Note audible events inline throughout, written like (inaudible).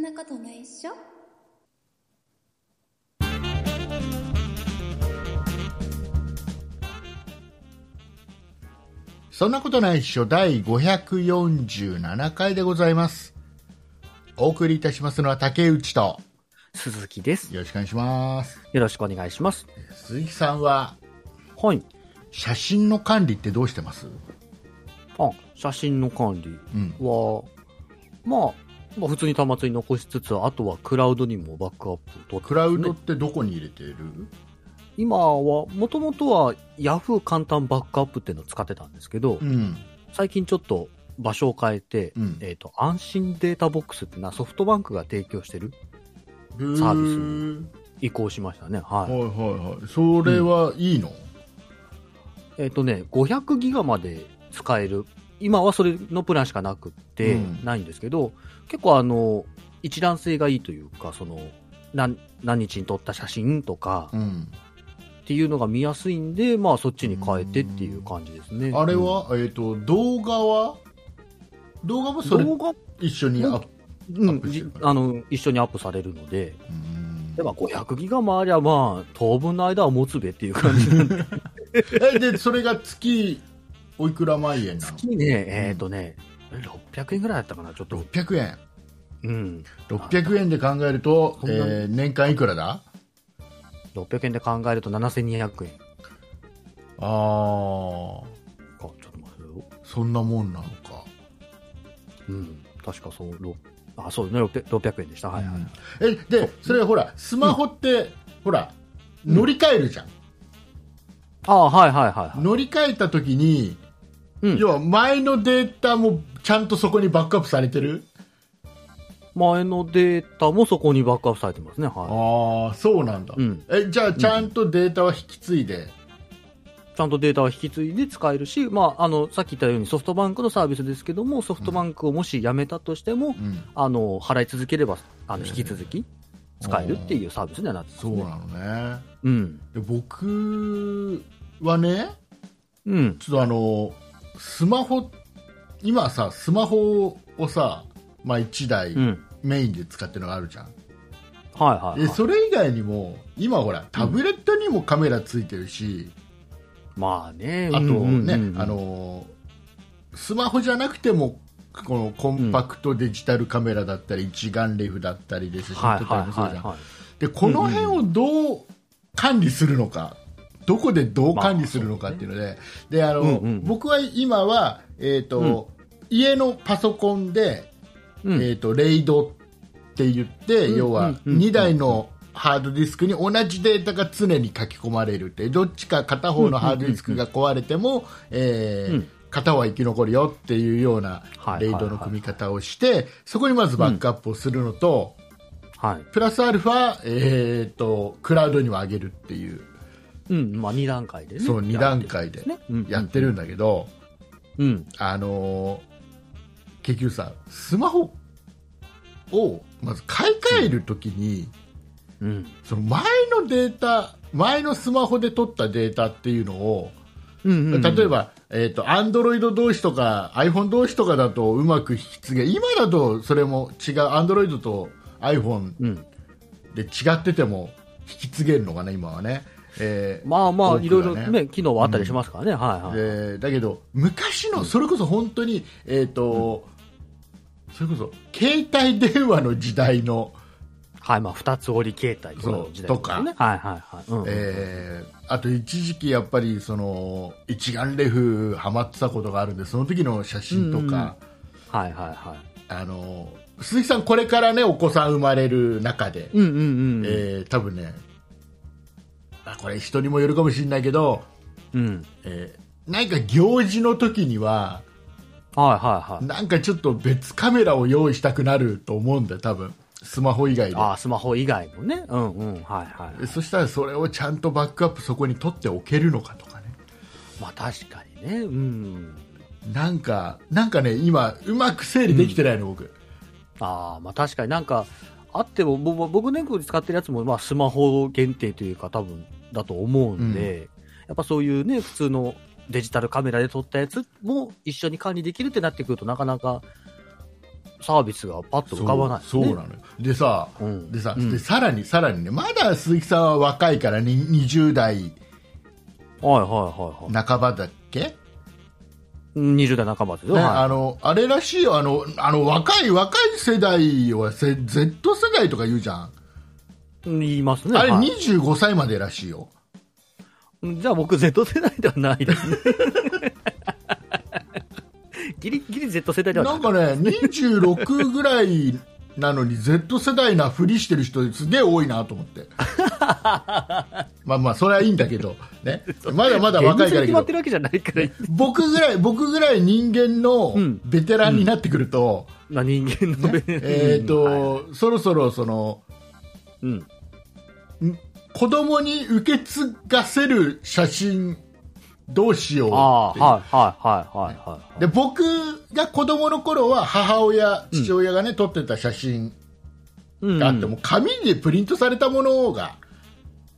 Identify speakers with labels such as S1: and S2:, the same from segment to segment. S1: なことないっしょ
S2: そんなことないっしょ第547回でございます。お送りいたしますのは竹内と、
S3: 鈴木です。
S2: よろしくお願いします。
S3: よろしくお願いします。
S2: 鈴木さんは、
S3: はい。
S2: 写真の管理ってどうしてます
S3: あ、写真の管理
S2: うん。
S3: は、まあ、まあ、普通に端末に残しつつ、あとはクラウドにもバックアップを取って、
S2: クラウドっ。てどこに入れてる
S3: 今は、もともとは Yahoo 簡単バックアップっていうのを使ってたんですけど、
S2: うん。
S3: 最近ちょっと場所を変えて、
S2: うん
S3: えっ、と、安心データボックスってな、ソフトバンクが提供してる、
S2: ブ
S3: サー移行しましたね。はい。
S2: はいはいはい。それはいいの、
S3: えっ、とね、500ギガまで使える、今はそれのプランしかなくって、
S2: うん
S3: ないんですけど、結構あの、一覧性がいいというか、その、何何日に撮った写真とか
S2: うん、
S3: っていうのが見やすいんで、まあそっちに変えてっていう感じですね。
S2: あれは、えっ、と、動画は動画も
S3: うん
S2: それ
S3: 動画、
S2: 一緒にアップ。
S3: う
S2: アップ
S3: ん、
S2: して
S3: じ
S2: るから
S3: あの、一緒にアップされるので、
S2: うん
S3: 例えば500ギガもありゃ、まあ、当分の間は持つべっていう感
S2: (laughs)
S3: じなんで、
S2: え、で、それが月、おいくら万円なの
S3: 月ね、えっ、とね、600円ぐらいだったかな、ちょっと。
S2: 600円。
S3: うん。
S2: 600円で考えると、
S3: そんな
S2: えー年間いくらだ
S3: 600円で考えると7200円。
S2: あー
S3: あ、ちょっと待ってよ。
S2: そんなもんなのか。
S3: うん。確かそう、ろあ、そうね、600 600円でした。はいはい。
S2: うんえ、で、それほら、スマホって、ほら、
S3: うん
S2: 乗り換えるじゃん。
S3: あはいはいはいはい。
S2: 乗り換えた時に、
S3: うん
S2: 要は前のデータもちゃんとそこにバックアップされてる
S3: 前のデータもそこにバックアップされてますね。は
S2: ああそうなんだ、
S3: い。うん。
S2: えじゃあちゃんとデータは引き継いで、
S3: ちゃんとデータは引き継いで使えるし、まあ、あの、さっき言ったようにソフトバンクのサービスですけども、ソフトバンクをもしやめたとしても、
S2: うん
S3: あの、払い続ければ、あの、
S2: へえ
S3: 引き続き使えるっていうサービスにはなってます
S2: そう
S3: ね。
S2: なのね
S3: うん。
S2: で僕はね
S3: うん。
S2: ちょっとあのスマホ今さスマホをさ、まあ、1台
S3: うん。
S2: メインで使ってるのがあるじゃん、
S3: はいはい、
S2: で
S3: はい。
S2: それ以外にも今ほらタブレットにもカメラついてるし、
S3: まあね。
S2: あとね、
S3: うんうんうん
S2: あ、のスマホじゃなくてもこのコンパクトデジタルカメラだったり、一眼レフだったりで写
S3: は
S2: 真
S3: い
S2: 撮ったりもする
S3: はいは
S2: じ
S3: い
S2: ゃん、
S3: はい。
S2: でこの辺をどう管理するのか、どこでどう管理するのかっていうので,、であの
S3: うんうん
S2: 僕は今は、えーと家のパソコンで、
S3: うん。
S2: えー、とレイドって言って、
S3: うん
S2: 要
S3: う
S2: は
S3: んうんうん
S2: 2台のハードディスクに同じデータが常に書き込まれるってどっちか片方のハードディスクが壊れても、えー
S3: うん
S2: 片方は生き残るよっていうような
S3: はい
S2: レイドの組み方をしてそこにまずバックアップをするのと。
S3: はい。
S2: プラスアルファ、えー、とクラウドにも上げるっていう
S3: うん、まあ2段階でね。
S2: そう2段階で
S3: ね。うん
S2: やってるんだけど、
S3: うん。
S2: あのー結局さスマホをまず買い替えるときに、
S3: うん。
S2: その前のデータ前のスマホで取ったデータっていうのを
S3: うんうん。
S2: 例え、ば、えー、と Android 同士とか iPhone 同士とかだとうまく引き継げ今だとそれも違う Android と iPhone
S3: うん。
S2: で違ってても引き継げるのかな、今はね。えー
S3: まあま
S2: 多
S3: あ、
S2: く
S3: いろいろ
S2: が
S3: ね、機能はあったりしますからね。はいはい。
S2: でだけど、昔のそれこそ本当に、えーとそれこそ携帯電話の時代の、
S3: はい、まあ2つ折り携帯とかの時代ですよね。はいはいはい。うん。
S2: えーあと一時期、やっぱりその一眼レフハマってたことがあるんでその時の写真とか、
S3: はいはいはい。
S2: あの鈴木さん、これから、ね、お子さん生まれる中で、
S3: うんうんうん。
S2: えー多分ねあこれ人にもよるかもしれないけど
S3: うん。
S2: えーなんか行事の時には
S3: はいはいはい。
S2: なんかちょっと別カメラを用意したくなると思うんだよ多分スマホ以外で
S3: ああ、スマホ以外もね。うんうん。はいはい
S2: え。そしたらそれをちゃんとバックアップそこに取っておけるのかとかね
S3: まあ確かにね。うん。
S2: なんかなんかね今うまく整理できてないの、僕
S3: ああ、まあ確かになんか、あっても、僕僕ね、これ使ってるやつも、まあスマホ限定というか多分だと思うんで、やっぱそういうね、普通のデジタルカメラで撮ったやつも一緒に管理できるってなってくるとなかなかサービスがパッと浮かばない、ね、
S2: そうそうなのよでさ、
S3: うん
S2: でさ、
S3: うん
S2: でさらにさらにねまだ鈴木さんは若いから、に20代
S3: はいはいはいはい。
S2: 半ばだっけ、
S3: 20代半ばですよ。
S2: ね
S3: はい
S2: あのあれらしいよあのあの若い若い世代はせ Z 世代とか言うじゃん、
S3: 言いますね。
S2: あれ
S3: はい
S2: 25歳までらしいよ
S3: じゃあ僕 Z 世代ではないですね。 (laughs) ギリギリ Z 世代ではな。
S2: ないんかね26ぐらいなのに Z 世代なふりしてる人すげえ多いなと思って
S3: (laughs)
S2: まあまあそれはいいんだけど、ね、まだまだ
S3: 厳
S2: 若
S3: 密
S2: い
S3: に
S2: から
S3: 決
S2: け
S3: まっ
S2: ど
S3: てるわけじゃないからいい、
S2: 僕ぐらい僕ぐらい人間の
S3: うん
S2: ベテランになってくると、
S3: まあ人間の
S2: ね
S3: 弁、
S2: えーと
S3: はい
S2: そろそろその
S3: うん。
S2: 子供に受け継がせる写真どうしよう
S3: ああ、
S2: っていう
S3: はいはいはいはいはい。
S2: で僕が子供の頃は母親父親がね、撮ってた写真
S3: うん
S2: があって、もう紙でプリントされたものが、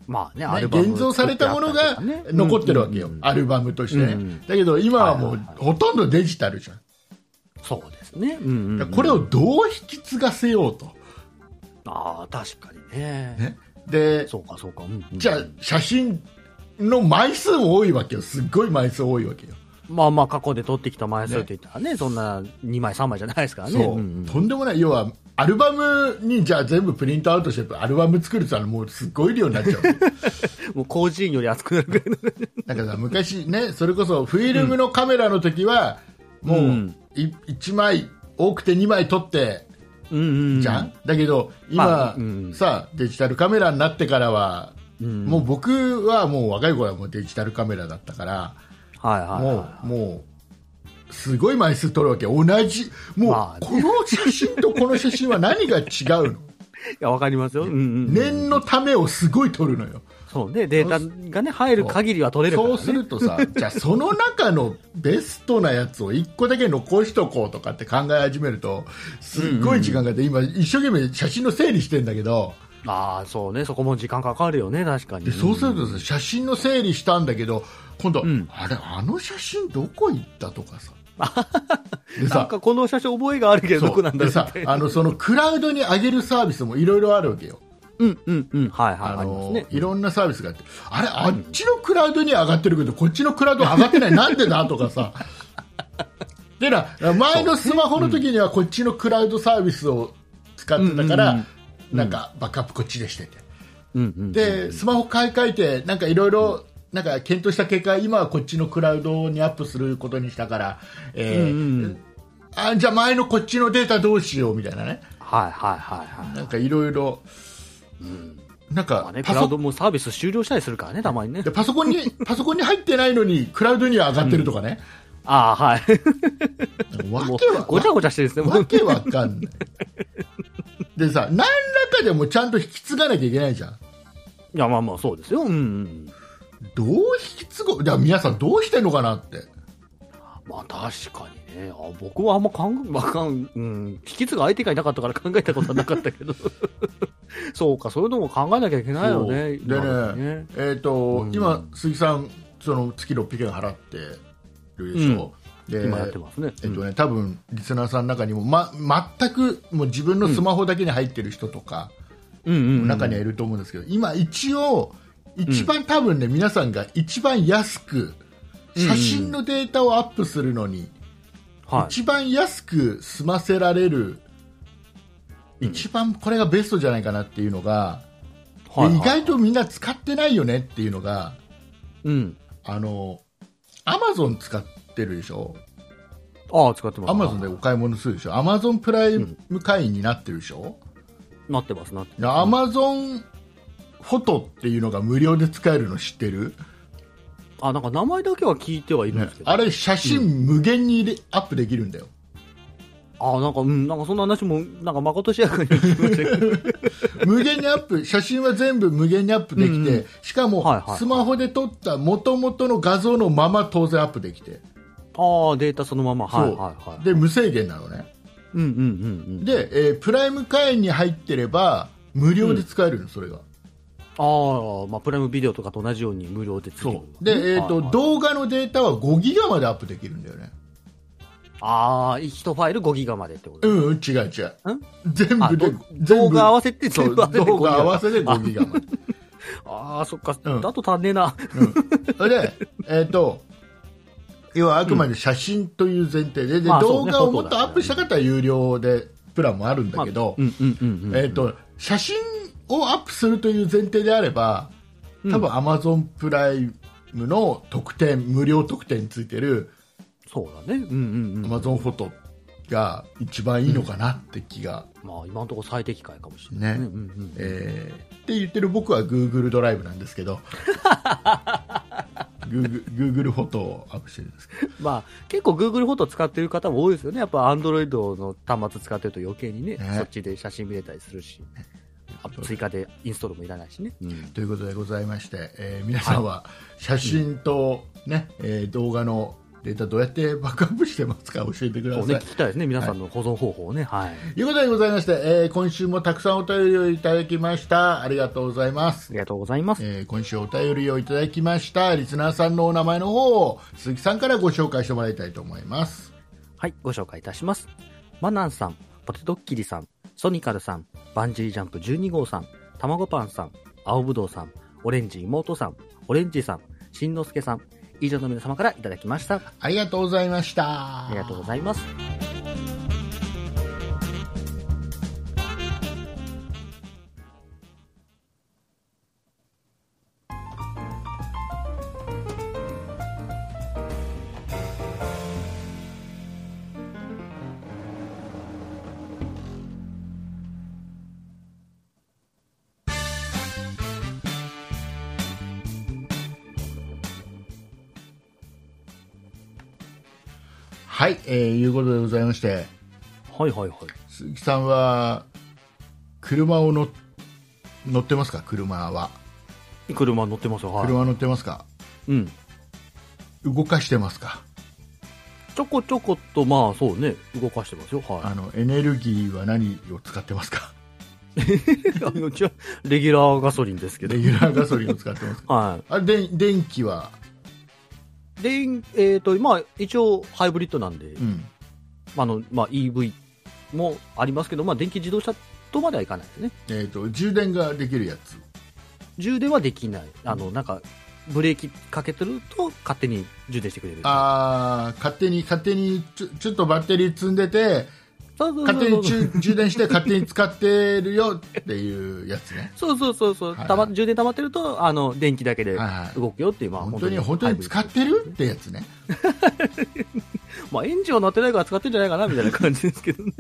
S3: まあ
S2: ね
S3: ね、アルバム
S2: 現像されたものが残ってるわけよ、
S3: うんうんうん
S2: アルバムとしてね、
S3: うんうん
S2: だけど今はも
S3: はいうはい
S2: ほとんどデジタルじゃん、
S3: そうですね。うんうんう
S2: だ
S3: ん
S2: からこれをどう引き継がせようと
S3: ああ、確かにね。
S2: ねで
S3: そうかそうか。うんうん
S2: じゃあ写真の枚数も多いわけよすっごい枚数多いわけよ、
S3: まあまあ過去で撮ってきた枚数って言ったらね、そんな2枚3枚じゃないですからね。
S2: そう、
S3: んん
S2: とんでもない要はアルバムにじゃあ全部プリントアウトしてアルバム作るって言ったらもうすっごい量になっちゃう
S3: もう工事員より熱くなるぐらいの。
S2: なんかさ昔ねそれこそフィルムのカメラの時は、もう、
S3: うん
S2: い1枚多くて2枚撮って
S3: うんうんうん
S2: じゃん、だけど今、
S3: まあうん
S2: さデジタルカメラになってからは、
S3: うん
S2: もう僕はもう若い頃はもうデジタルカメラだったから、
S3: はいはいは
S2: もう
S3: い、
S2: もうすごい枚数撮るわけ同じもう、
S3: まあね
S2: この写真とこの写真は何が違うの
S3: いや、わかりますよ。うんうん。
S2: 念のためをすごい撮るのよ
S3: そうね、データがね、入る限りは取れるか
S2: そ
S3: ら、ね。
S2: うするとさ、 (laughs) じゃあその中のベストなやつを1個だけ残しとこうとかって考え始めると、すっごい時間がかかって、今、一生懸命写真の整理してんだけど、
S3: ああ、そうね、そこも時間かかるよね、確かに。
S2: でそうすると
S3: ん
S2: さ、写真の整理したんだけど、今度、
S3: うん
S2: あれ、あの写真どこ行ったと
S3: (laughs)
S2: かさ。で
S3: なん
S2: さ、
S3: かこの写真覚えがあるけど、ど
S2: そ
S3: こ
S2: う
S3: なんだろ
S2: で
S3: う
S2: さ
S3: って。
S2: あのそのクラウドに上げるサービスもいろいろあるわけよ、
S3: うんうんうん、はいはい、あ
S2: あ
S3: ります
S2: の
S3: ね。
S2: いろんなサービスがあって、あれ、あっちのクラウドには上がってるけど、こっちのクラウドは上がってない、なんでだとかさ、 (laughs) でな前のスマホの時にはこっちのクラウドサービスを使ってたから、
S3: うんうん
S2: なんかバックアップこっちでしてて、
S3: うんうん、
S2: でスマホ買い替えて、なんかいろいろなんか検討した結果、今はこっちのクラウドにアップすることにしたから、えー
S3: うんうん
S2: あじゃあ前のこっちのデータどうしようみたいなね、
S3: はいはいはいはい。
S2: なんかいろいろ。なん
S3: ま
S2: か
S3: あね、ク
S2: パ
S3: ラ
S2: ソ
S3: ウドもサービス終了したりするからね、たまにね
S2: で。パソコン
S3: (laughs)
S2: にパソコンに入ってないのにクラウドには上がってるとかね、
S3: ああ、はい。
S2: (laughs) わ
S3: もう
S2: けわ
S3: ごちゃごちゃしてるんですね、も
S2: わ
S3: う。
S2: けわかんないでさ何らかでもちゃんと引き継がなきゃいけないじゃん
S3: いや、まあまあ、そうですよ。うんうん。
S2: どう引き継ごうだから皆さんどうしてんのかなって
S3: まあ確かにね、あ僕はあんま考え、わかん、うん、引き継ぐ相手がいなかったから考えたことはなかっ
S2: (laughs)
S3: たけど、そうか、そういうのも考えなきゃいけないよね、
S2: そうで
S3: 今まで
S2: ねえっ、と、
S3: うん
S2: 今鈴木さんその月600円払ってるでしょ、で
S3: 今やってますね。
S2: えっとね、多分リスナーさんの中にも、ま、全くもう自分のスマホだけに入ってる人とか、
S3: うんうんうん、
S2: 中にはいると思うんですけど、今一応一番多分ね、皆さんが一番安く写真のデータをアップするのに、
S3: はい、
S2: 一番安く済ませられる、
S3: うん
S2: 一番これがベストじゃないかなっていうのが、で
S3: はいはい
S2: 意外とみんな使ってないよねっていうのが
S3: うん。
S2: あのアマゾン使ってるでしょ
S3: ああ、使ってます。
S2: アマゾンでお買い物するでしょアマゾンプライム会員になってるでしょ、
S3: なってます、なってます。
S2: アマゾンフォトっていうのが無料で使えるの知ってる、
S3: あ、なんか名前だけは聞いてはいるんですけど。
S2: あれ写真無限に入れアップできるんだよ
S3: (laughs) ああ、なんか、うん、なんかそんな話も、なんか誠しやかに聞きま (laughs) したけど。
S2: 無限にアップ写真は全部無限にアップできて、
S3: うんうん
S2: しかも
S3: はいはいはい
S2: スマホで撮った元々の画像のまま当然アップできて、
S3: ああ、データそのまま、はい
S2: そう
S3: はいはい。
S2: で無制限なのね
S3: うんうんうんうん。
S2: で、えープライム会員に入ってれば無料で使えるの、それが
S3: ああ、まあ、プライムビデオとかと同じように無料でついてくる
S2: で、えーと
S3: はいはい
S2: 動画のデータは5ギガまでアップできるんだよね
S3: ああ、一ファイル5ギガまでってこと、
S2: うん、違う違う。全
S3: あ
S2: 部で
S3: ど、動
S2: 全部
S3: 画合わせて
S2: そ
S3: 全
S2: う
S3: 部合わせて
S2: 動画合わせ
S3: 5
S2: て5ギガまで。
S3: ギガ。ああ、そっか、
S2: うん
S3: だと足んねえ
S2: (laughs)
S3: な。
S2: うん、で、えっ、と、要はあくまで写真という前提で、で
S3: まあそう
S2: 動
S3: ね
S2: 画をも
S3: フォ
S2: っ
S3: トだ
S2: と
S3: から
S2: アップしたかったら有料でプランもあるんだけど、
S3: うんうんうんうん。
S2: えっ、と、写真をアップするという前提であれば、
S3: うん
S2: 多分 Amazon プライムの特典、無料特典についてる
S3: そうだね。うんうんうん。ま
S2: Amazon フォトが一番いいのかなって気が、
S3: あ、今のところ最適解かもしれない。
S2: ね
S3: うんうんうん。
S2: えーって言ってる僕は Google ドライブなんですけ
S3: (laughs)
S2: ど、Google, Google フォトをアップしてるんですけど
S3: まあ、結構 Google フォト使ってる方も多いですよね。やっぱ Android の端末使ってると余計にね、
S2: ね
S3: そっちで写真見れたりするし、あ追加でインストールもいらないしね。うん
S2: ということでございまして、えー皆さんは写真と、ねえー動画のデータどうやってバックアップしてますか教えてくだ
S3: そう
S2: さ
S3: ね、
S2: い
S3: 聞。きたいですね。皆さんの保存方法をね。はい。あ
S2: ということでございまして、えー今週もたくさんお便りをいただきました。ありがとうございます。
S3: りがとうございます。
S2: えー今週お便りをいただきましたリスナーさんのお名前の方を鈴木さんからご紹介してもらいたいと思います。
S3: はい、ご紹介いたします。マナンさん、ポテトッキリさん、ソニカルさん、バンジージャンプ12号さん、たまごパンさん、青ぶどうさん、オレンジ妹さん、オレンジさん、しんのすけさん、以上の皆様からいただきました。
S2: ありがとうございました。
S3: ありがとうございます。
S2: はい、えー、いうことでございまして、
S3: はいはいはい。
S2: 鈴木さんは車をの乗ってますか？車は
S3: 車乗ってますよ。はい。
S2: 車乗ってますか？
S3: うん。
S2: 動かしてますか？
S3: ちょこちょこっと、まあそうね、動かしてますよ。はい。
S2: あのエネルギーは何を使ってますか？
S3: (laughs) あの、じゃレギュラーガソリンですけど
S2: レ。ギュラーガソリンを使ってますか？
S3: は
S2: あれで電気は、
S3: い。で、えっ、と、まあ一応ハイブリッドなんで、
S2: うん、
S3: あの、まあ EV もありますけど、まあ電気自動車とまではいかないですね。
S2: えっ、と充電ができるやつ。
S3: 充電はできない。あの、なんか、ブレーキかけてると勝手に充電してくれる。
S2: ああ勝手に勝手にちょちょっとバッテリー積んでて
S3: そうそう
S2: 勝手
S3: そう
S2: に
S3: そう。
S2: 充充電して勝手に使ってるよっていうやつね。
S3: そうそうそうそう、
S2: はいはい
S3: たま、充電溜まってると、あの、電気だけで
S2: はいはい
S3: 動くよっていう、まあ、
S2: 本当に本当に使ってるってやつね。
S3: まあ、エンジンは鳴ってないから使ってんじゃないかな、みたいな感じですけどね。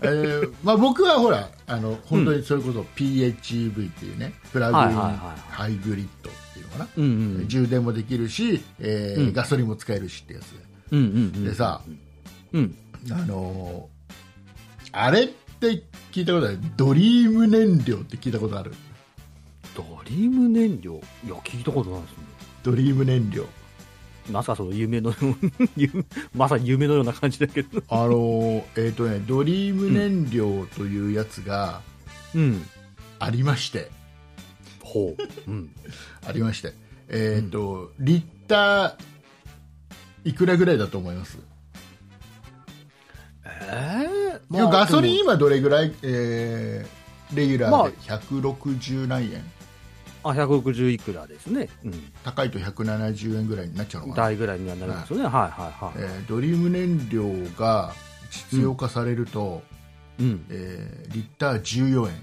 S2: えーまあ、僕はほらあの本当にそれこそ PHEV っていうねプラグイン
S3: はいはいはいはい
S2: ハイブリッドっていうのかな、
S3: うんうん。
S2: 充電もできるし、えー
S3: うん
S2: ガソリンも使えるしってやつで
S3: うんうんうん。
S2: でさ、
S3: うん。
S2: あのーあれって聞いたことあるドリーム燃料って聞いたことある
S3: ドリーム燃料いや、聞いたことないですね。
S2: ドリーム燃料
S3: まさかその夢の、 (laughs) 夢まさに夢のような感じだけど。
S2: あの
S3: (laughs)
S2: ーえっ、とねドリーム燃料というやつが
S3: うん。
S2: ありまして
S3: ほう。うん。
S2: ありましてえっ、と、リッターいくらぐらいだと思います
S3: ええ
S2: いやガソリン今どれぐらい、えーレギュラーで160何円、
S3: あ、160いくらですね。うん。
S2: 高いと170円ぐらいになっちゃうのかな、
S3: 台ぐらいにはなりますよね。はいはい
S2: え
S3: はい。
S2: ードリーム燃料が実用化されると、
S3: うん。
S2: えーリッター14円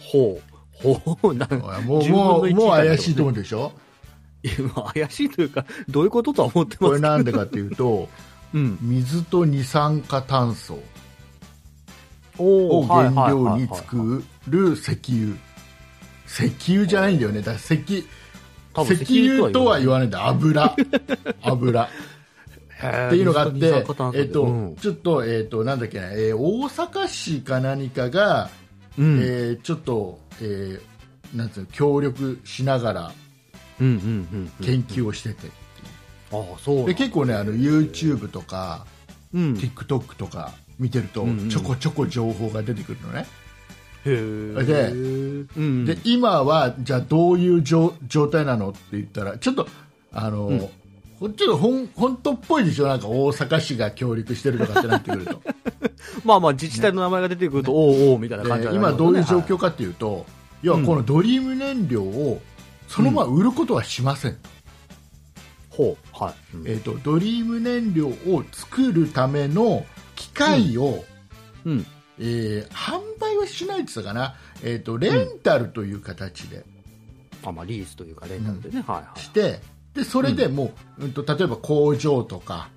S3: ほう。ほう。なんか
S2: あもう
S3: 10
S2: もう
S3: 分の1
S2: もう
S3: 以下
S2: 怪しいと思うで
S3: (laughs)
S2: しょ
S3: いやまあ怪しいというか、どういうこととは思って
S2: こ
S3: ま
S2: れ
S3: す。
S2: なんでかっていうと
S3: うん。
S2: 水と二酸化炭素
S3: お
S2: を原料
S3: ー
S2: に。
S3: はいはいはいはい
S2: 作る石油石油じゃないんだよねだから石
S3: 多分
S2: 石油とは言
S3: わ
S2: わないんだ油
S3: (laughs)
S2: 油
S3: ない。
S2: っていうのがあっ
S3: へ
S2: て、え
S3: ー二酸化炭素で
S2: っと
S3: うん
S2: ちょっと,、えっとなんだっけな、えー大阪市か何かが、
S3: うん
S2: えーちょっと、えーなんつうの協力しながら
S3: うんうんうん。
S2: 研究をしてて、
S3: ああ、そうなんだ
S2: で結構ねあの YouTube とか
S3: うん。へ
S2: TikTok とか見てると、
S3: うんうん
S2: ちょこちょこ情報が出てくるのね、
S3: え。
S2: で
S3: うん。
S2: で今はじゃあどういう状状態なのって言ったらちょっとあの、これちょっと本本当っぽいでしょ、なんか大阪市が協力してるとかってなってくると、
S3: まあまあ自治体の名前が出てくると、おうおうみたい (laughs) な感じ
S2: で
S3: は
S2: 今、どういう状
S3: は
S2: 況かっていうと、要はこのドリーム燃料をそのまま売ることはしません、
S3: いほうはい、うん
S2: えー、とドリーム燃料を作るための機械を、
S3: うん
S2: えー販売はしないって言ってたかな、えー、とレンタルという形で
S3: あまあ、リースというかレンタルでね、はいはい
S2: して、でそれでもう、うんと例えば工場とか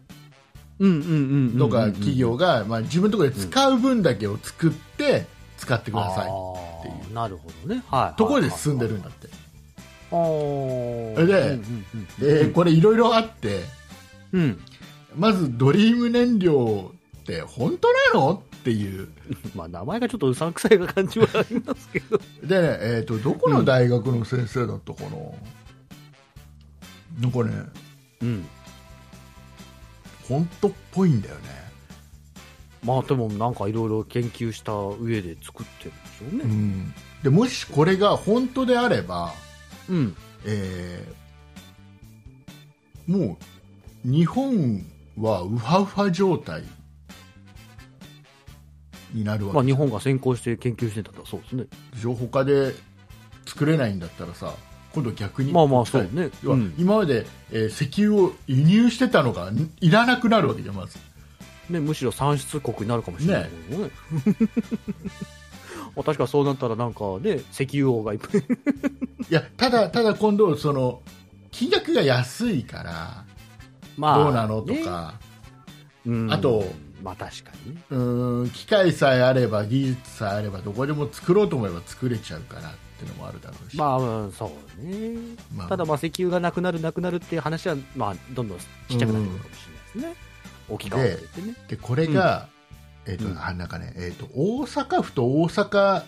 S3: うんうんうんうん
S2: とか企業が、まあ、自分のところで使う分だけを作って使ってください、っていう
S3: あーなるほどね、はいはい
S2: ところで進んでるんだって、
S3: あー
S2: それで
S3: うんうん
S2: でこれいろいろあって
S3: うんうん
S2: まずドリーム燃料って本当なのっていう
S3: まあ、名前がちょっとうさんくさい感じはありますけど、
S2: でね、えー、とどこの大学の先生だったかな、なんかね
S3: うん、
S2: 本当っぽいんだよね
S3: まあでもなんかいろいろ研究した上で作ってるんでし
S2: う
S3: ょうね。
S2: んでもしこれが本当であれば、
S3: うん、
S2: えーもう日本はウハウハ状態になる
S3: ま
S2: わ
S3: あ
S2: け
S3: 日本が先行して研究してたらそうですね。
S2: でしょ、他で作れないんだったらさ今度逆に
S3: まあまあそうね。
S2: 要は
S3: うん
S2: 今まで、えー石油を輸入してたのがんいらなくなるわけじゃんまず
S3: ね、むしろ産出国になるかもしれないけどね。 (laughs) まあ確かそうなったらなんかね、石油王がい
S2: (laughs)
S3: っぱい。
S2: いやただただ今度その金額が安いから
S3: ま
S2: どうなのと
S3: ね
S2: か、
S3: うん
S2: あと、
S3: まあ確かにね。
S2: うーん機械さえあれば技術さえあればどこでも作ろうと思えば作れちゃうからっていうのもあるだろうし、
S3: まあうんそうね。
S2: まあ
S3: ただまあ石油がなくなるなくなるっていう話は、まあどんどんちっちゃくなってくるかもしれないですね。置き換わっていってね。
S2: でこれが、えっと
S3: うん
S2: あなんかね、えっと大阪府と大阪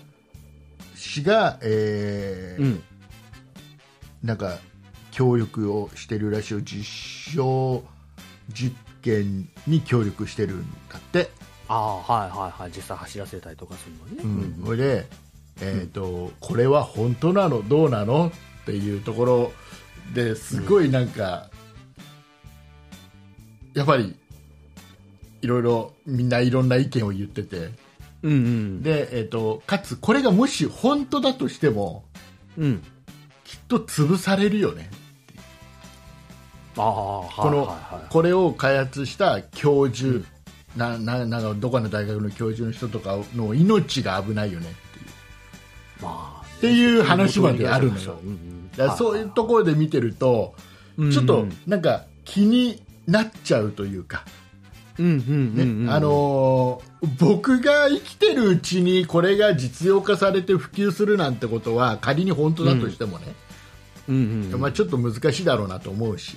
S2: 市が、えー
S3: うん。
S2: なんか協力をしてるらしいよ実証実験に協力してるんだって、
S3: ああ、はいはいはい。実際走らせたりとかするのにね。
S2: うんそれで、えーとこれは本当なのどうなのっていうところですごいなんか、やっぱりいろいろみんないろんな意見を言ってて
S3: うんうん。
S2: で、えー、とかつこれがもし本当だとしても
S3: うん。
S2: きっと潰されるよね
S3: ああ、はい
S2: この、
S3: はいはい。
S2: これを開発した教授、なななんかどこかの大学の教授の人とかの命が危ないよねっていう
S3: まあ、っ
S2: っていう話まであるのよ
S3: うんうん
S2: だからそういうところで見てると、
S3: うん
S2: ちょっとなんか気になっちゃうというか、
S3: うんうんうん
S2: ね
S3: うん
S2: あのー僕が生きてるうちにこれが実用化されて普及するなんてことは仮に本当だとしてもね、
S3: うんうんうん
S2: まあ、ちょっと難しいだろうなと思うし、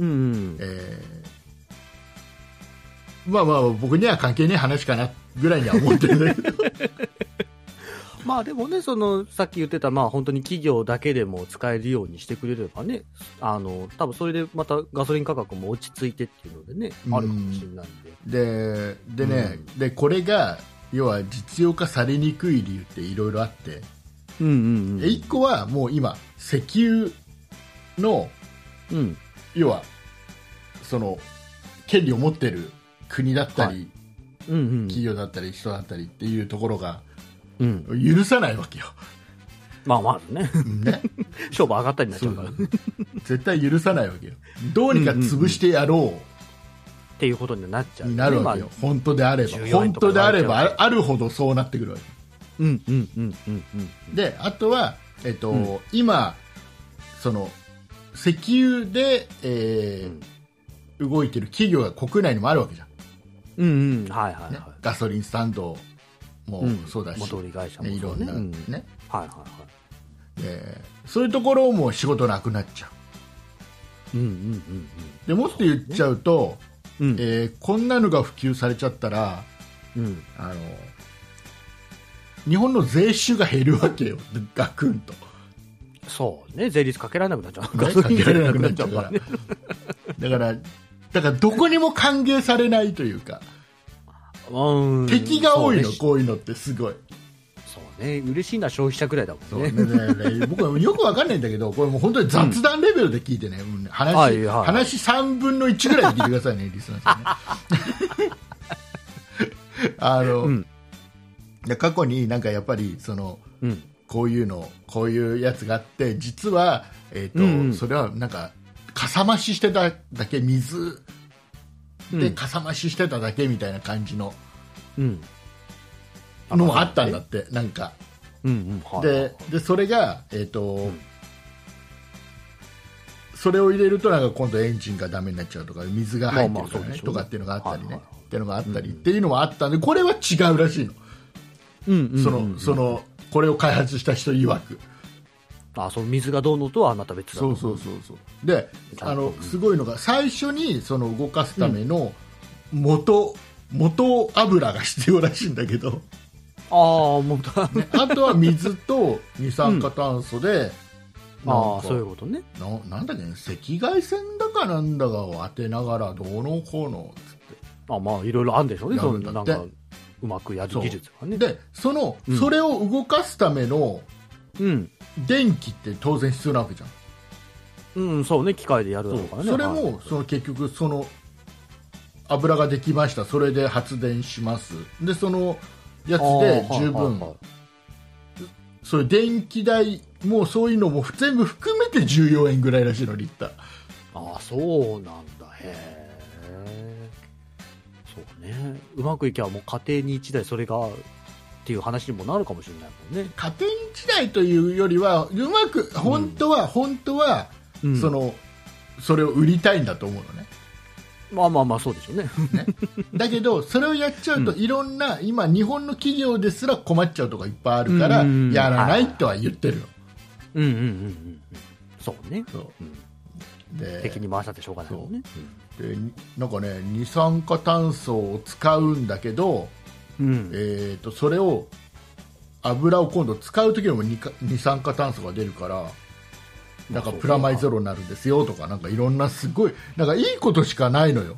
S3: うんうん
S2: えーまあまあ僕には関係ない話かなぐらいには思ってる
S3: (laughs)
S2: んだけど。
S3: まあでもね、そのさっき言ってた、まあ、本当に企業だけでも使えるようにしてくれればね、あの多分それでまたガソリン価格も落ち着いてっていうのでね、
S2: うん
S3: あるかもしれないんで、
S2: ででね、でこれが要は実用化されにくい理由っていろいろあって、
S3: うんうんうん、
S2: で1個はもう今石油の
S3: うん、
S2: 要はその権利を持ってる国だったり、
S3: はうんうん、
S2: 企業だったり人だったりっていうところが
S3: うん、
S2: 許さないわけよ、 (laughs)
S3: まあまあね、
S2: ね、
S3: (laughs) 勝負上がったりになっちゃうから、
S2: そ
S3: っ
S2: う絶対許さないわけよどうにか潰してやろ
S3: ていうことになっちゃ
S2: う
S3: う、
S2: になるわけよ、本当であれば
S3: 従業員
S2: 本
S3: とか
S2: 当であれば
S3: 言われちゃ
S2: ああるほどそうなってくるわけ
S3: うんうんうんうんうん、
S2: であとは、えっと
S3: うん
S2: 今その石油で、えー動いてる企業が国内にもあるわけじゃん、
S3: うんうん、はいはい
S2: ね
S3: は
S2: ガソリンスタンドも
S3: い、ん、
S2: そうだし、
S3: 元売り会社も
S2: ねいろんな、
S3: そううん
S2: ね
S3: はいはいはい。
S2: えーそういうところも仕事なくなっちゃう
S3: うんうん
S2: でもっと言っちゃうと
S3: うんうん。
S2: えーこんなのが普及されちゃったら
S3: うん。
S2: あの日本の税収が減るわけよ
S3: (laughs)
S2: ガクンと。
S3: そうね、税率かけられなくなっち
S2: (laughs)
S3: ゃう。
S2: ね、かけられなくなっちゃうから。だから、だからどこにも歓迎されないというか、
S3: うん。
S2: 敵が多いの、
S3: そうね
S2: こういうのってすごい。
S3: そうね、嬉しいのは消費者くらいだも
S2: そ
S3: ん
S2: う
S3: ね。
S2: ねねね僕はよくわかんないんだけど、これもう本当に雑談レベルで聞いてね、うん話、
S3: はいはい
S2: 話3分の1ぐらいで聞いてくださいね、リスナーさ
S3: (laughs)
S2: んね。あの、
S3: うん
S2: で過去になんかやっぱり、その、
S3: うん。
S2: こういうの、こういうやつがあって、実は、えっ、と、
S3: うんうん
S2: それはなんか、かさ増ししてただけ、水
S3: う
S2: で
S3: ん
S2: かさ増ししてただけみたいな感じの、
S3: うん。
S2: のもあったんだって、なんか。
S3: うんうん。はい
S2: で、でそれが、えっとそれを入れるとなんか今度エンジンがダメになっちゃうとか水が入ってる
S3: まあまあ
S2: と
S3: そ
S2: か,、
S3: うで
S2: ね
S3: しょうね
S2: とかっていうのがあったりね、
S3: はいはい
S2: っていうのがあったり、っていうのもあったんでこれは違うらしいの,、
S3: うんうんうんうん
S2: そのそのこれを開発した人曰く
S3: あ、その水がどうのとはまた別だ。
S2: そうそうそうそうであ
S3: う
S2: の
S3: ん
S2: すごいのが最初にその動かすための元、元油が必要らしいんだけ
S3: (laughs)
S2: ど
S3: ああ、もう (laughs) だ。
S2: あとは水と二酸化炭素で、
S3: あ
S2: なん
S3: あ、
S2: か
S3: そういうことね。
S2: ななんだっけね赤外線だかなんだかを当てながらどうのこうのっつって
S3: あまあ、いろいろあるんでしょうね。
S2: や
S3: そ
S2: る
S3: の
S2: んだ
S3: なん
S2: って
S3: か、うまくやる技術がね。
S2: でその、
S3: うん
S2: それを動かすための
S3: うん。
S2: 電気って当然必要なわけじゃん
S3: うん、そうね。機械でやるだろうからね。
S2: それ
S3: はい
S2: もその結局その油ができましたそれで発電しますでそのやつで十
S3: ああはい
S2: 分
S3: はいはい
S2: そういう電気代もそういうのも全部含めて14円ぐらいらしいのリッター
S3: ああそうなんだへえそうねうまくいけばもう家庭に一台それがっていう話にもなるかもしれないもんね、
S2: 家庭時代というよりはうまく本当は、本当は、
S3: うん
S2: そのそれを売りたいんだと思うのね
S3: まあまあまあそうでしょうね (laughs)
S2: だけどそれをやっちゃうと、
S3: う
S2: いろんな今日本の企業ですら困っちゃうとかいっぱいあるから、
S3: うん
S2: やらないとは言ってるの、
S3: うんうんうんうんうんそうね、
S2: そ
S3: うん、
S2: うで
S3: 敵に回したってしょうがないもんね
S2: でなんかね二酸化炭素を使うんだけど、
S3: うん
S2: えー、とそれを油を今度使う時にも二か二酸化炭素が出るからなんかプラマイゼロになるんですよとかなんかいろんなすごいなんかいいことしかないのよ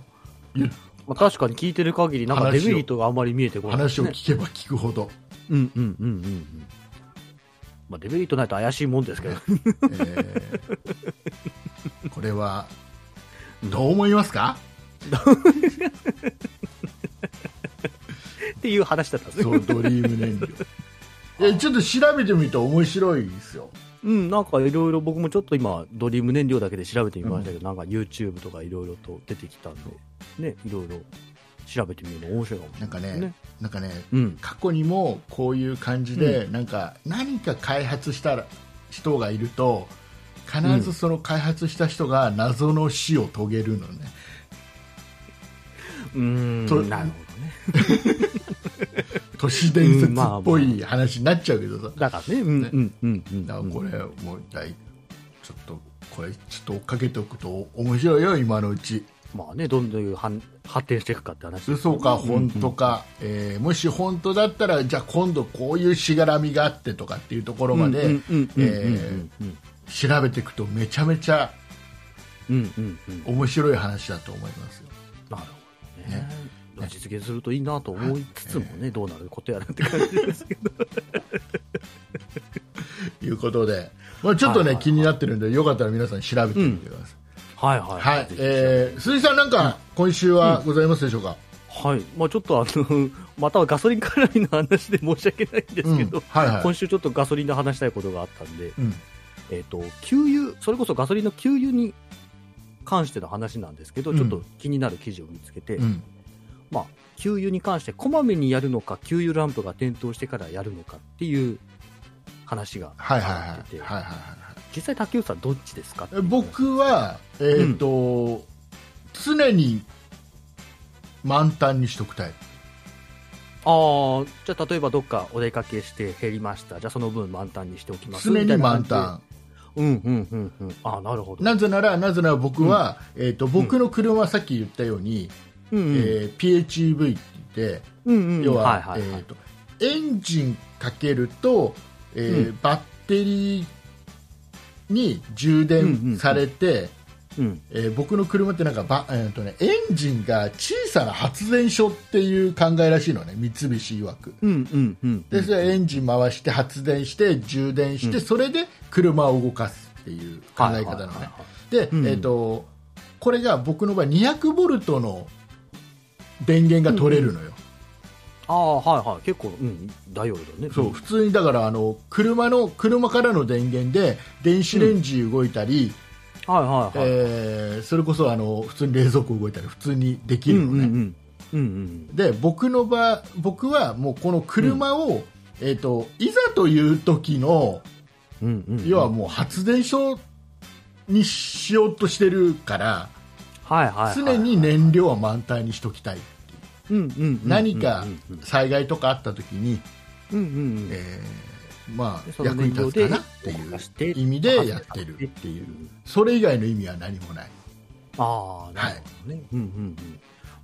S2: 言っ
S3: まあ、確かに聞いてる限りなんかデメリットがあんまり見えてこないで
S2: 話
S3: す
S2: を
S3: ね、
S2: 聞けば聞くほど、
S3: うんうんうんうんうんまあ、デメリットないと怪しいもんですけど (laughs)
S2: えーこれはどう思いますか、
S3: っていう話だったんです
S2: そ
S3: ね
S2: うドリーム燃料えちょっと調べてみると面白いですよ
S3: うんなんかいろいろ僕もちょっと今ドリーム燃料だけで調べてみましたけど、なんか YouTube とかいろいろと出てきたんでねいろいろ調べてみるの面白いかもし
S2: な
S3: れ
S2: んかね
S3: ないね
S2: なんかね
S3: うん
S2: 過去にもこういう感じで、なんか何か開発したら人がいると必ずその開発した人が謎の死を遂げるのね、
S3: うーん
S2: と
S3: なるほどね
S2: 都市伝説
S3: う
S2: っ
S3: んまあまあ
S2: ぽい話になっちゃうけどさ、
S3: だからねうんうんうんうん
S2: だからこれもうだいちょっとこれちょっと追っかけておくと面白いよ今のうち
S3: まあねどんどんはん発展していくかって話です
S2: 嘘か本当か、えーもし本当だったらじゃあ今度こういうしがらみがあってとかっていうところまで
S3: うんうんうんうんうん
S2: えー調べていくとめちゃめちゃ
S3: うんうんうん
S2: 面白い話だと思いますよ (laughs)
S3: なるほどね実現するといいなと思いつつもね、どうなることやらって感じですけど。
S2: ということで、まあ、ちょっとね、
S3: はいはいはい
S2: 気になってるんでよかったら皆さん調べてみてください、
S3: はいはい。
S2: はい
S3: ぜひ
S2: えー、鈴木さんなんか今週はございますでしょうか、
S3: はい、まあ、ちょっとあの (laughs) またはガソリン絡みの話で申し訳ないんですけど、
S2: うんはいはい
S3: 今週ちょっとガソリンで話したいことがあったんで、
S2: うん
S3: えっと給油それこそガソリンの給油に関しての話なんですけど、
S2: うん
S3: ちょっと気になる記事を見つけて、
S2: うん
S3: まあ、給油に関してこまめにやるのか給油ランプが点灯してからやるのかっていう話が
S2: はいはいはい
S3: あってて、
S2: はいはいはい
S3: 実際竹内さんどっちですか
S2: え僕はえっ、と、常に満タンにしとくタイプ
S3: ああじゃあ例えばどっかお出かけして減りましたじゃあその分満タンにしておきます
S2: 常に満
S3: みたいな感
S2: タ
S3: じでうんうんうんうんああなるほ
S2: ン
S3: ど
S2: なぜならなぜなら僕は、えー、と僕の車はさっき言ったように、
S3: うんうん
S2: えー PHEV って言って、
S3: うんうん、
S2: 要は、
S3: いはい
S2: え
S3: は
S2: ー
S3: い
S2: とエンジンかけると、えー
S3: う
S2: バッテリーに充電されて、
S3: うん。
S2: えー僕の車ってなんかば、えーとね、エンジンが小さな発電所っていう考えらしいのね三菱曰く
S3: うんうんうん。
S2: でそれエンジン回して発電して充電して、それで車を動かすっていう考え方なの
S3: はいはいはい
S2: ね
S3: は
S2: で、
S3: うん
S2: えー、とこれが僕の場合200ボルトの電源が取れるのよ、
S3: ああ、はいはい。結構、うん、大容量だね。
S2: そう普通にだからあの車の車からの電源で電子レンジ動いたり、
S3: うん。はいはいはい。
S2: えーそれこそあの普通に冷蔵庫動いたり普通にでき
S3: う
S2: る
S3: ん
S2: のね、
S3: うんうん。うんうん。
S2: で僕の場僕はもうこの車を、えー、といざという時の
S3: うんうん。
S2: 要はもう発電所にしようとしてるから
S3: はいはいはい。
S2: 常に燃料は満タンにしときたい
S3: うんうんうんうん。
S2: 何か
S3: うんうん
S2: 災害とかあった時に、
S3: うんうんうん。
S2: えーま
S3: で
S2: あ、
S3: その
S2: 役に立つかなって
S3: 燃料で動かして
S2: いう意味でやってるっていうそれ以外の意味は何もない。
S3: ああ、なるほどね。うんうんうん。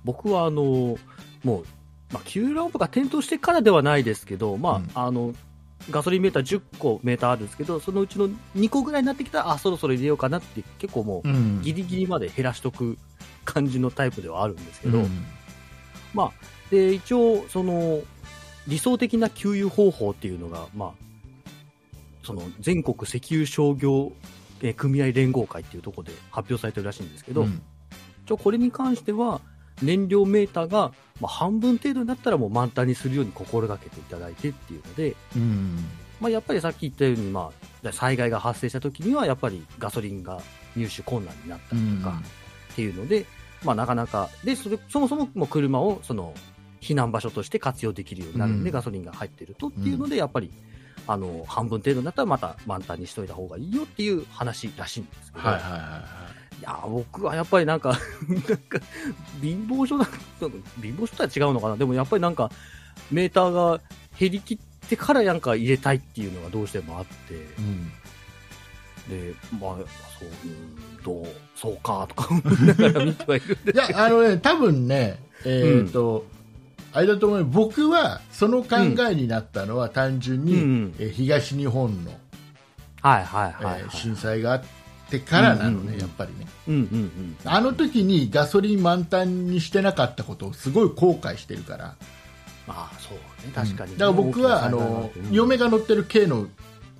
S3: 僕は、あの、もう、まあ、急ランプが点灯してからではないですけど、まあ、あの、ガソリンメーター10個メーターあるんですけど、そのうちの2個ぐらいになってきたら、あ、そろそろ入れようかなって、結構もう、
S2: うん
S3: ギリギリまで減らしとく感じのタイプではあるんですけ
S2: う
S3: ど、
S2: ん
S3: で、一応、その、理想的な給油方法っていうのが、まあ、その、全国石油商業えー組合連合会っていうところで発表されてるらしいんですけ
S2: う
S3: ど、
S2: ん
S3: 一応これに関しては、燃料メーターが、まあ、半分程度になったらもう満タンにするように心がけていただいてっていうので、
S2: うん
S3: まあ、やっぱりさっき言ったように、まあ、災害が発生した時には、やっぱりガソリンが入手困難になったりとかっていうので、まあ、なかなか、で、それ、そもそももう車を、その、避難場所として活用できるようになるんで、
S2: うん
S3: ガソリンが入ってるとっていうので、やっぱり、あの、半分程度になったらまた満タンにしといた方がいいよっていう話らしいんですけど、
S2: はいはいはいはい
S3: いやー僕はやっぱりなんか (laughs) なんか貧乏症なんなんか貧乏症とは違うのかなでもやっぱりなんかメーターが減りきってからなんか入れたいっていうのがどうしてもあって
S2: うん
S3: でまあそううんどうそうかとか思いながら見てはいるんで
S2: いや、あのね、多分ね、えっ、と、あれだと思うよ僕はその考えになったのは単純に、
S3: うん
S2: えー東日本の、
S3: はいはい
S2: えー
S3: はい、はい
S2: 震災があってからなのね、
S3: うんうんうん
S2: やっぱりね。
S3: うんうんうん
S2: あの時にガソリン満タンにしてなかったことをすごい後悔してるから。
S3: まあそうね確かに、
S2: だから僕は、あ
S3: 大きな災害
S2: の
S3: だな、と
S2: 嫁が乗ってる軽の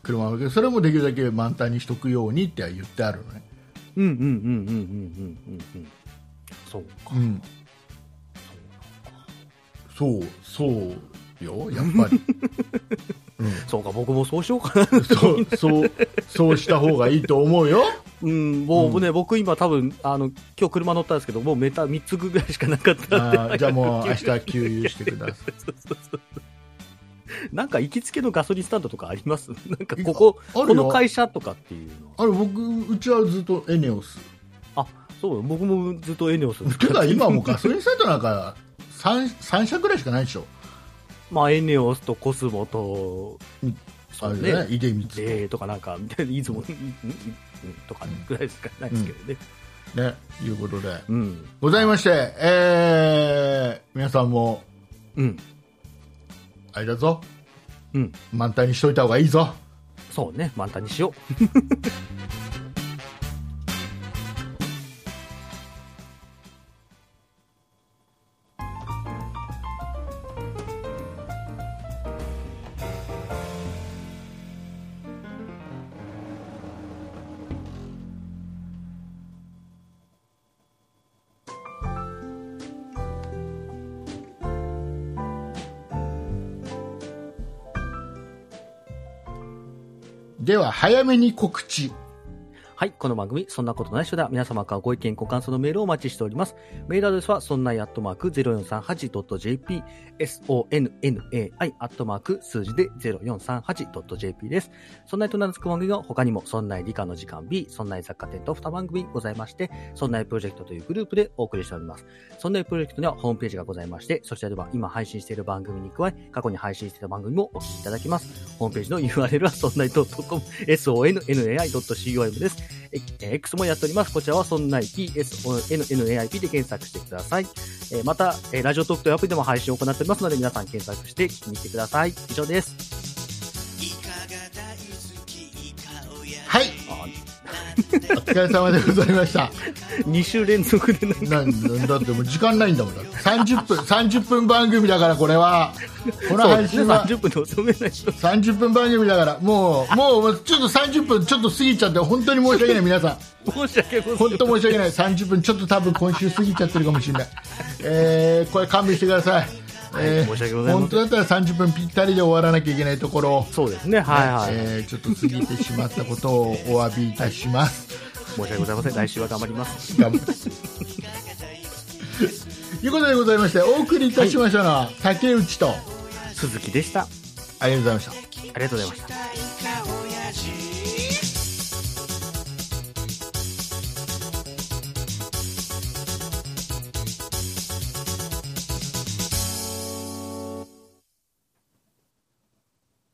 S2: 車なんだけど、それもできるだけ満タンにしとくようにっては言ってあるのね。
S3: うんうんうんうんうんうんうんうんそうか、
S2: うん。そう、そうよ、やっぱ
S3: (laughs)
S2: り。うん
S3: そうか僕もそうしようかな
S2: そう、そう、そうした方がいいと思うよ。
S3: うん、も
S2: う
S3: うね、僕今多分、あの、今日車乗ったんですけど、もうメーター3つぐらいしかなかったんで
S2: あーじゃあもう明日給油してください。
S3: なんか行きつけのガソリンスタンドとかあります (laughs) なんかここ、
S2: あ
S3: この
S2: 会
S3: 会社とかっていうのは。
S2: あれ、僕、うちはずっとエネオス。
S3: そう、僕もずっとエネオス使っ
S2: て
S3: て
S2: か、今もうガソリンサイトなんか3、三社くらいしかないでしょ。
S3: まあ、エネオスとコスモと、
S2: うん
S3: そ
S2: あ
S3: う
S2: れね、
S3: ね、
S2: 出光と。
S3: でとかなんか、みたいな、いつも、とかぐらいしかないですけどね。
S2: ね、いうことで。
S3: うん。
S2: ございまして、えー、皆さんも、
S3: うん。
S2: あれだぞ。
S3: うん。
S2: 満タンにしといた方がいいぞ。
S3: そうね、満タンにしよう。
S2: では、早めに告知。
S3: はい。この番組、そんなことない人では、皆様からご意見、ご感想のメールをお待ちしております。メールアドレスは、そんないアットマーク 0438.jp、sonnai アットマーク数字で 0438.jp です。そんないと名のつく番組は、他にも、そんない理科の時間 B、そんない雑貨店と2番組ございまして、そんないプロジェクトというグループでお送りしております。そんないプロジェクトにはホームページがございまして、そちらでは今配信している番組に加え、過去に配信していた番組もお聞きいただけます。ホームページの URL は、そんない .com、sonnai.com です。ええー X もやっております。こちらはそんない PSONNAIP で検索してください。えーまた、えーラジオトークというアプリでも配信を行っておりますので、皆さん検索して聞きに来てください。以上です。 (laughs)
S1: イカが大好きイカをや
S2: はい
S1: なんでも
S2: 疲れ様でございました。
S3: 2週連続でなんか
S2: なんだってもう時間ないんだもんだって30分30分番組だからこれはこの
S3: そう
S2: 配
S3: ですね
S2: 信は
S3: 30分で収めないと
S2: 30分番組だからもうもうちょっと30分ちょっと過ぎちゃって本当に申し訳ない皆さん
S3: 申し訳ございませ
S2: 本
S3: ん
S2: 当申し訳ない30分ちょっと多分今週過ぎちゃってるかもしれない、えーこれ勘弁してください、えー
S3: 申し訳ございません
S2: 本当だったら30分ぴったりで終わらなきゃいけないところを
S3: そうですねはいはい、
S2: えーちょっと過ぎてしまったことをお詫びいたします
S3: 申し訳ございません来週は頑張ります
S2: 頑張ってということでございましてお送りいたしましたのは竹内と
S3: 鈴木でしたあ
S2: ありがとうございました
S3: りがとうございました
S1: 「